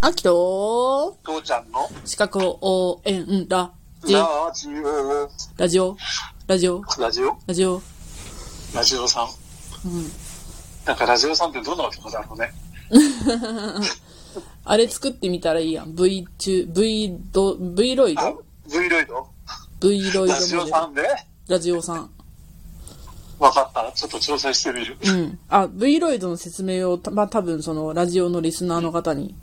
あきと、父ちゃんの資格応援ラジ、ラジオ、ラジオ、ラジオ、ラジオラジオ。ラジオさん。うん。なんかラジオさんってどんな男だろうね。あれ作ってみたらいいやん。V 中、V ド、V ロイあド ?V ロイド ?V ロイドラジモオデルさ。んでラジオさん。わかった。ちょっと調査してみる。うん。あ、V ロイドの説明をた、まあ、多分その、ラジオのリスナーの方に。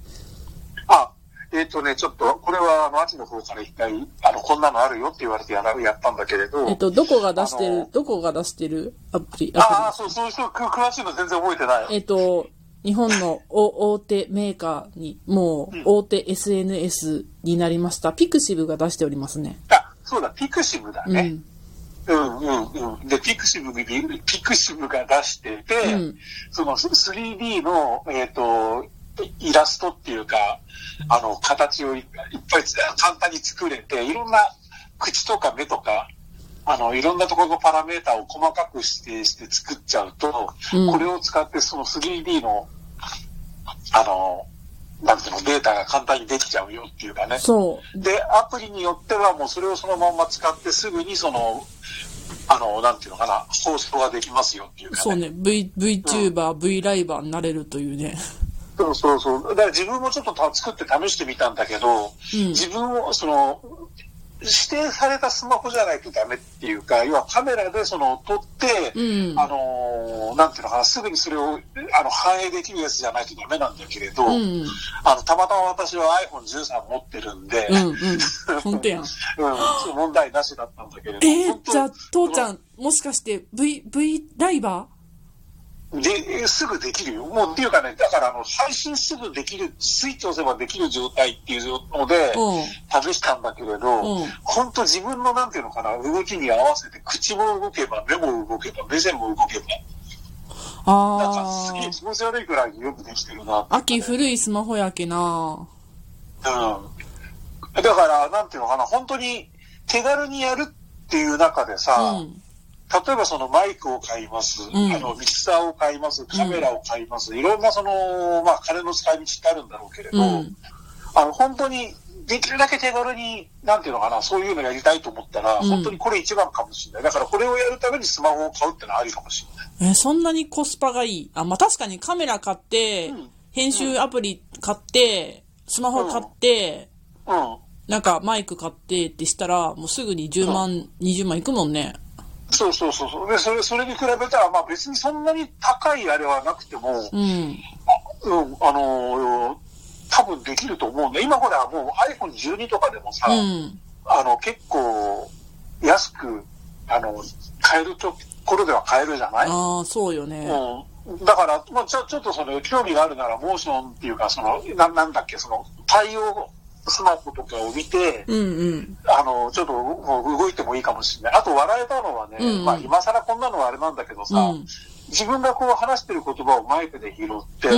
あ、えっ、とね、ちょっと、これは、あの、秋の方から一回、あの、こんなのあるよって言われてやらやったんだけれど、えっと、どこが出してあるの、どこが出してるアプリ、あアあ、そう、そういう人、く詳しいの全然覚えてない。プリ。えっと、日本のお大手メーカーに、もう大手 SNS になりました。ピクシブが出しておりますね。あ、そうだ、ピクシブだうね。ん。うん、うん、うん。で、ピクシブに、ピクシブが出してて、うんその 3D の、えっ、と、イラストっていうか、あの、形をいっぱいつ簡単に作れて、いろんな口とか目とか、あの、いろんなところのパラメータを細かく指定して作っちゃうと、うんこれを使ってその 3D の、あの、なんていうの、データが簡単にできちゃうよっていうかね。そう。で、アプリによってはもうそれをそのまんま使ってすぐにその、あの、なんていうのかな、放送ができますよっていうか、ね。そうね、V、VTuber、V ライバーになれるというね。そうそうそう。だから自分もちょっとた作って試してみたんだけど、うん自分を、その、指定されたスマホじゃないとダメっていうか、要はカメラでその撮って、うんあのーなんていうのかな、すぐにそれをあの反映できるやつじゃないとダメなんだけれど、うん。あの、たまたま私は iPhone13 持ってるんで、うん、うん。ほんとやん。うん、そう問題なしだったんだけれど。え本ー、当じゃあ、父ちゃうんん、もしかして、V、V ライバで、すぐできるよ。もうっていうかね、だからあの、配信すぐできる、スイッチ押せばできる状態っていうのでー、うん。試したんだけれど、うん本当自分のなんていうのかな、動きに合わせて、口も動けば、目も動けば、目線も動けば、なんかあすげえー。気持ち悪いくらいによくできてるなっていうかね秋古いスマホやけなうん。だから、なんていうのかな、本当に手軽にやるっていう中でうさ、ん。例えばそのマイクを買います、んあのミキサーを買います、カメラを買います、いろんなその、まあ、金の使い道ってあるんだろうけれど、うんあの本当にできるだけ手軽に、なんていうのかな、そういうのやりたいと思ったら、ん本当にこれ一番かもしれない。だからこれをやるためにスマホを買うってのはありかもしれない。え、そんなにコスパがいいあ、まあ、確かにカメラ買ってうん、編集アプリ買って、スマホ買って、うん。なんかマイク買ってってしたら、もうすぐに10万、20万いくもんね。そうそうそうそう。で、それ、それに比べたら、まあ別にそんなに高いあれはなくても、うん。うん、あのー多分できると思うんだ。今ほら、もう iPhone12 とかでもさ、うん。あの、結構、安く、あの、買えるところでは買えるじゃないああ、そうよね。うん。だから、まあ、ちょ、ちょっとその、興味があるなら、モーションっていうか、その、な、なんだっけ、その、対応スマホとかを見て、うんうん。あの、ちょっと、もう動いてもいいかもしれない。あと、笑えたのはね、うんうんまあ、今更こんなのはあれなんだけどさ、うん自分がこう話してる言葉をマイクで拾って、うんう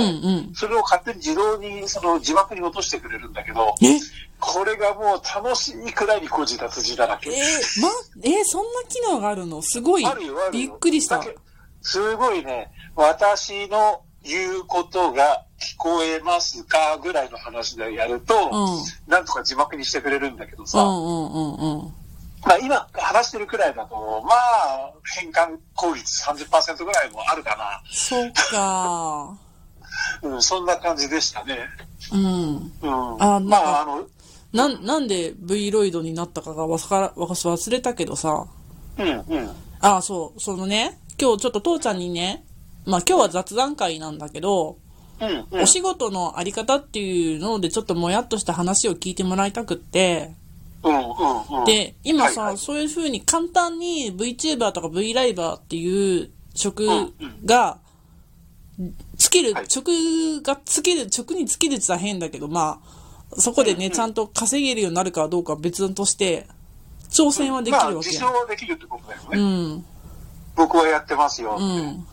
ん。それを勝手に自動に、その字幕に落としてくれるんだけど、えこれがもう楽しいくらいに孤児脱字だらけえ。ーま、えーそんな機能があるのすごいあるよ、あるよ。びっくりした。だけどすごいね、私の言うことが聞こえますかぐらいの話でやると、うなんとか字幕にしてくれるんだけどうさ、んうんうんうん。まあ今話してるくらいだと、まあ、変換効率30%ぐらいもあるかそうか。な。うん、そんな感じでしたね。うん。うん。あなんかまあ、あの、なん、なんで V ロイドになったかがわから、わか忘れたけどさ。うん、うん。ああ、そう、そのね、今日ちょっと父ちゃんにね、まあ今日は雑談会なんだけど、うん、うんお。仕事のあり方っていうのでちょっともやっとした話を聞いてもらいたくって、うん、うん、うん。で、今さ、はいはいそういう風に簡単に VTuber とか V ライバーっていう職うんが、つけるはい、職がつける、職につけるって言ったら変だけど、まあ、そこでね、ちゃんと稼げるようになるかどうかは別として、挑戦はできまあ、るわけ自や称はできるってことだよね。ん。うん。僕はやってますよ。うん。うん。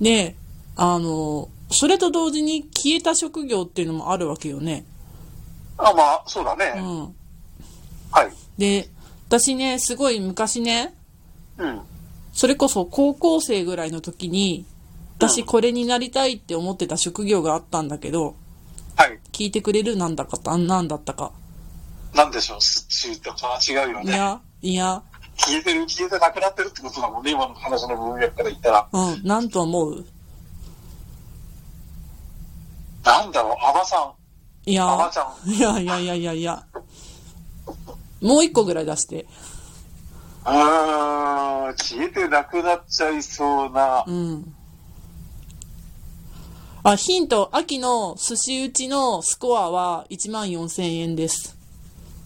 で、あの、それと同時に消えた職業っていうのもあるわけよね。あ、まあ、そうだね。うん。はい。で、私ね、すごい昔ね、うん。それこそ高校生ぐらいの時に、私これになりたいって思ってた職業があったんだけど、はい。聞いてくれるなんだかた、なんだったか。なんでしょう、スッチーとか違うよいね。や、いや、消えてる、消えてなくなってるってことだもんね、今の話の文脈から言ったら。うん、なんと思うなんだろう、アバさいん、アバやち、ゃん。ういやいやいやいやいや。もう一個ぐらい出して。ーん、消えてなくなっちゃいそうなう。ん。あ、ヒント、秋の寿司打ちのスコアは1万4000円です。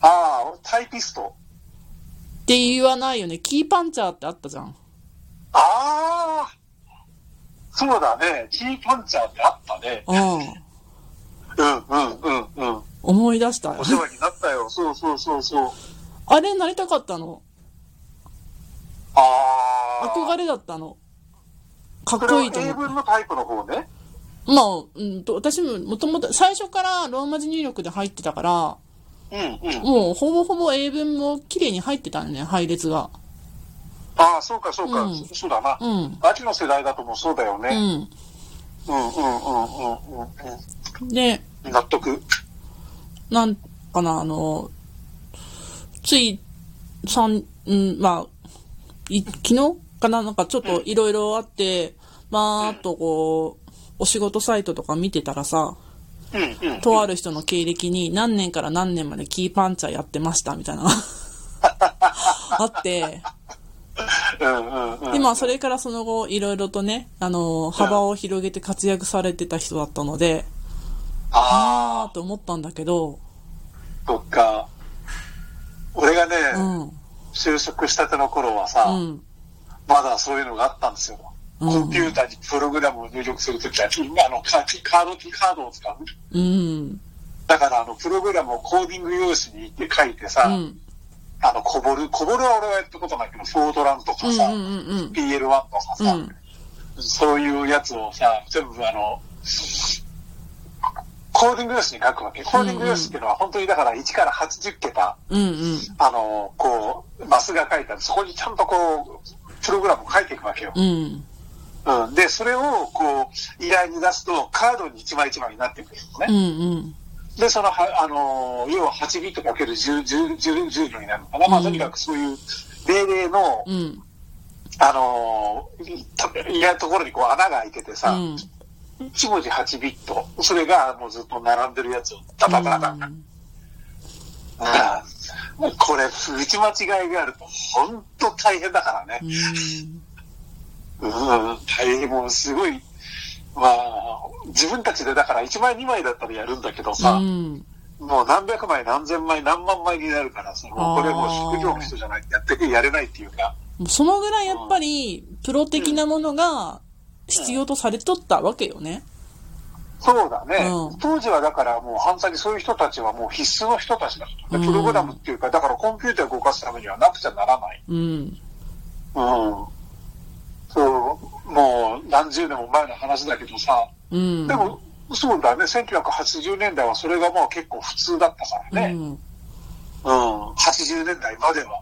ああ、タイピスト。って言わないよね。キーパンチャーってあったじゃん。ああ、そうだね。キーパンチャーってあったね。うん。うん、うん、うん、うん。思い出したよお。世話になっ たよ。そうそうそうそう。あれなりたかったの。ああ。憧れだったの。かっそれこはいいと思英う。文のタイプの方ね。まあ、うんと、私ももともと最初からローマ字入力で入ってたから、うん、うん。もうほぼほぼ英文も綺麗に入ってたんだよね、配列が。ああ、そうか、そうか。うんそそうだな。うん。秋の世代だともうそうだようね。ん。うん、うん、うん、うん、うん。で、うん納得。なんかな、あの、つい、三、うん、まあ、い昨日かな、なんかちょっといろいろあって、まあ、あとこう、お仕事サイトとか見てたらさ、うん、うん。とある人の経歴に何年から何年までキーパンチャーやってました、みたいな。あって、うん、うん、うん。で、まあ、それからその後、いろいろとね、あの、幅を広げて活躍されてた人だったので、ああーと思ったんだけど、あ、そっか。俺がね、うん、就職したての頃はさ、うん。まだそういうのがあったんですよ。うんコンピューターにプログラムを入力するときは、あの、カカード、カードを使う。うん。だから、あの、プログラムをコーディング用紙にって書いてうさ、ん。あの、こぼる、こぼるは俺はやったことないけど、フォートランとうかんさ、うんうん。 PL1 とかうん。うさ、ん。そういうやつをさ、全部あの、コーディング用紙に書くわけ。コーディング用紙っていうのは本当にだから1から80桁、うんうん。あの、こう、マスが書いてある。そこにちゃんとこう、プログラムを書いていくわけよ。うん。うん。で、それをこう、依頼に出すと、カードに1枚1枚になっていくるのうね。んうん。で、そのは、あのー要は8ビットかける10、10、10、10秒になるのかな。まあ、とにかくそういう、命令の、うん。あのー、いやところにこう穴が開いててうさ、ん。 1文字8ビット、それがもうずっと並んでるやつを、ダダダダ。ああこれ、打ち間違いがあると、ほんと大変だからね。うん、大変、もうすごい、まあ、自分たちでだから1枚2枚だったらやるんだけどさ、うん。もう何百枚何千枚何万枚になるからさ、もうこれもう職業の人じゃないとやってやれないっていうか、そのぐらいやっぱり、プロ的なものが必要とされとったわけよね。そうだね、うん当時はだからもう反対にそういう人たちはもう必須の人たちだから、うんプログラムっていうか、だからコンピューターを動かすためにはなくちゃならない。うん。うん。そう、もう何十年も前の話だけどさ、うん。でも、そうだね、1980年代はそれがもう結構普通だったからね。うん、80年代までは。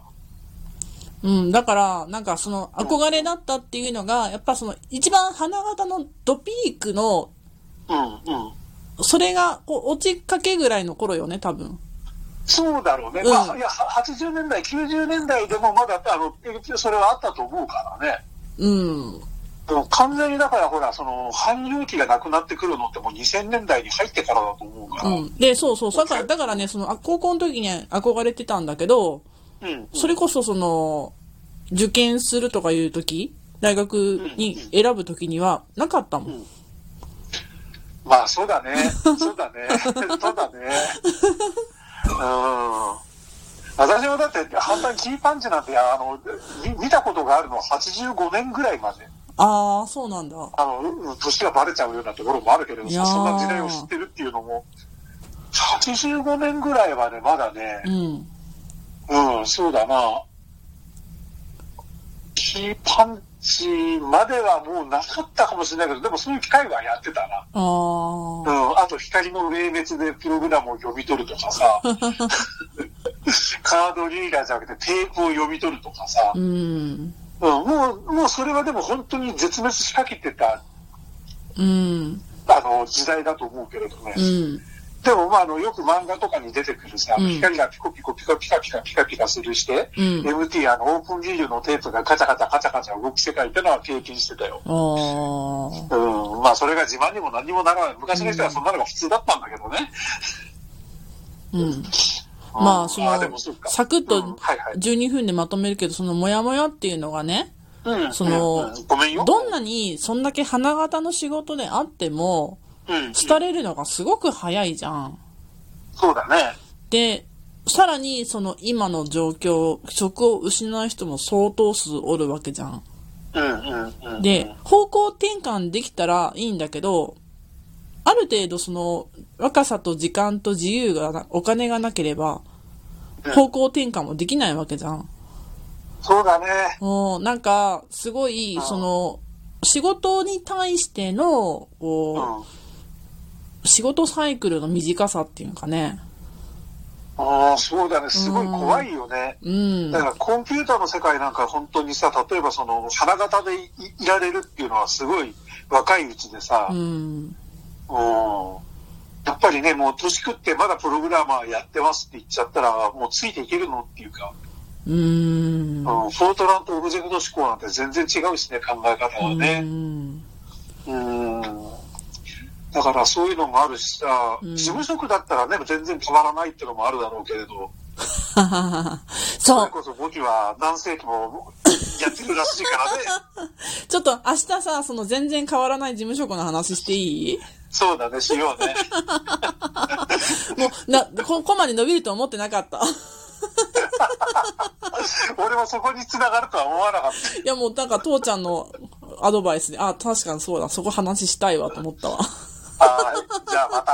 うん、だから、なんかその憧れだったっていうのが、やっぱその一番花形のドピークの、うん、うん。それがこう落ちかけぐらいの頃よね、多分。そうだろうね。うんまあ、いや、は80年代、90年代でもまだ、あの、それはあったと思うからね。うん。でも完全にだからほら、その、汎用機がなくなってくるのってもう2000年代に入ってからだと思うから。うん。うん。で、そうそう。だから、だからね、その、あ高校の時に憧れてたんだけど、うん。それこそその、受験するとかいう時、大学に選ぶ時にはなかったもん。まあ、そう だね。そうだね。そうだね。うん。私もだって、反対にキーパンチなんて、あの、み見たことがあるのは85年ぐらいまで。ああ、そうなんだ。あの、うん年がバレちゃうようなところもあるけれど、いやーそんな時代を知ってるっていうのも、85年ぐらいはね、まだねう、ん。うん、そうだな。キーパンチまではもうなかったかもしれないけど、でもそういう機会はやってたな。あうあ。ん、あと光の霊別でプログラムを読み取るとかさ、カードリーダーじゃなくてテープを読み取るとかさう、ん。うん、もう、もうそれはでも本当に絶滅しかけてた、うん。あの、時代だと思うけれどね。うん。でも、まあ、あの、よく漫画とかに出てくるさ、うん光がピコピコピカピカピカピカピカするして、うん MT、あの、オープンビールのテープがカチャカチャカチャカチャ動く世界ってのは経験してたよ。ああ。うん、まあ、それが自慢にも何にもならない。昔の人はそんなのが普通だったんだけどね。うん。うんまあ、そでものそう、かサクッうんとはいはい12分でまとめるけど、そのモヤモヤっていうのがね、うん、そのうんごめんよ。どんなにそんだけ花形の仕事であっても、うん、廃れるのがすごく早いじゃん。そうだね。で、さらにその今の状況、職を失う人も相当数おるわけじゃん。うん、うん、うん。で、方向転換できたらいいんだけど、ある程度その若さと時間と自由がな、お金がなければ、うん方向転換もできないわけじゃん。そうだね。もうなんか、すごい、その、仕事に対しての、うこん。う、仕事サイクルの短さっていうかね。ああ、そうだね。すごい怖いよね。うんだ。からコンピューターの世界なんか本当にさ、例えばその花形でいいられるっていうのはすごい若いうちでさ、ううん、ん。やっぱりね、もう年食ってまだプログラマーやってますって言っちゃったら、もうついていけるのっていうか、うんう。ん、フォートランとオブジェクト思考なんて全然違うしね、考え方はうね。ん うん。だからそういうのもあるしさ、うん事務職だったらね、全然変わらないってのもあるだろうけれど、ははははそそれう。こそ簿記は何世紀もやってるらしいからね。 ちょっと明日さ、その全然変わらない事務職の話していいそうだね、しようね。もう、な、ここまで伸びると思ってなかった。 俺もそこに繋がるとは思わなかっいやもうなんか父ちゃんのアドバイスで、あ、確かにそうだ、そこ話したいわと思ったわ。た。はい。じゃあまた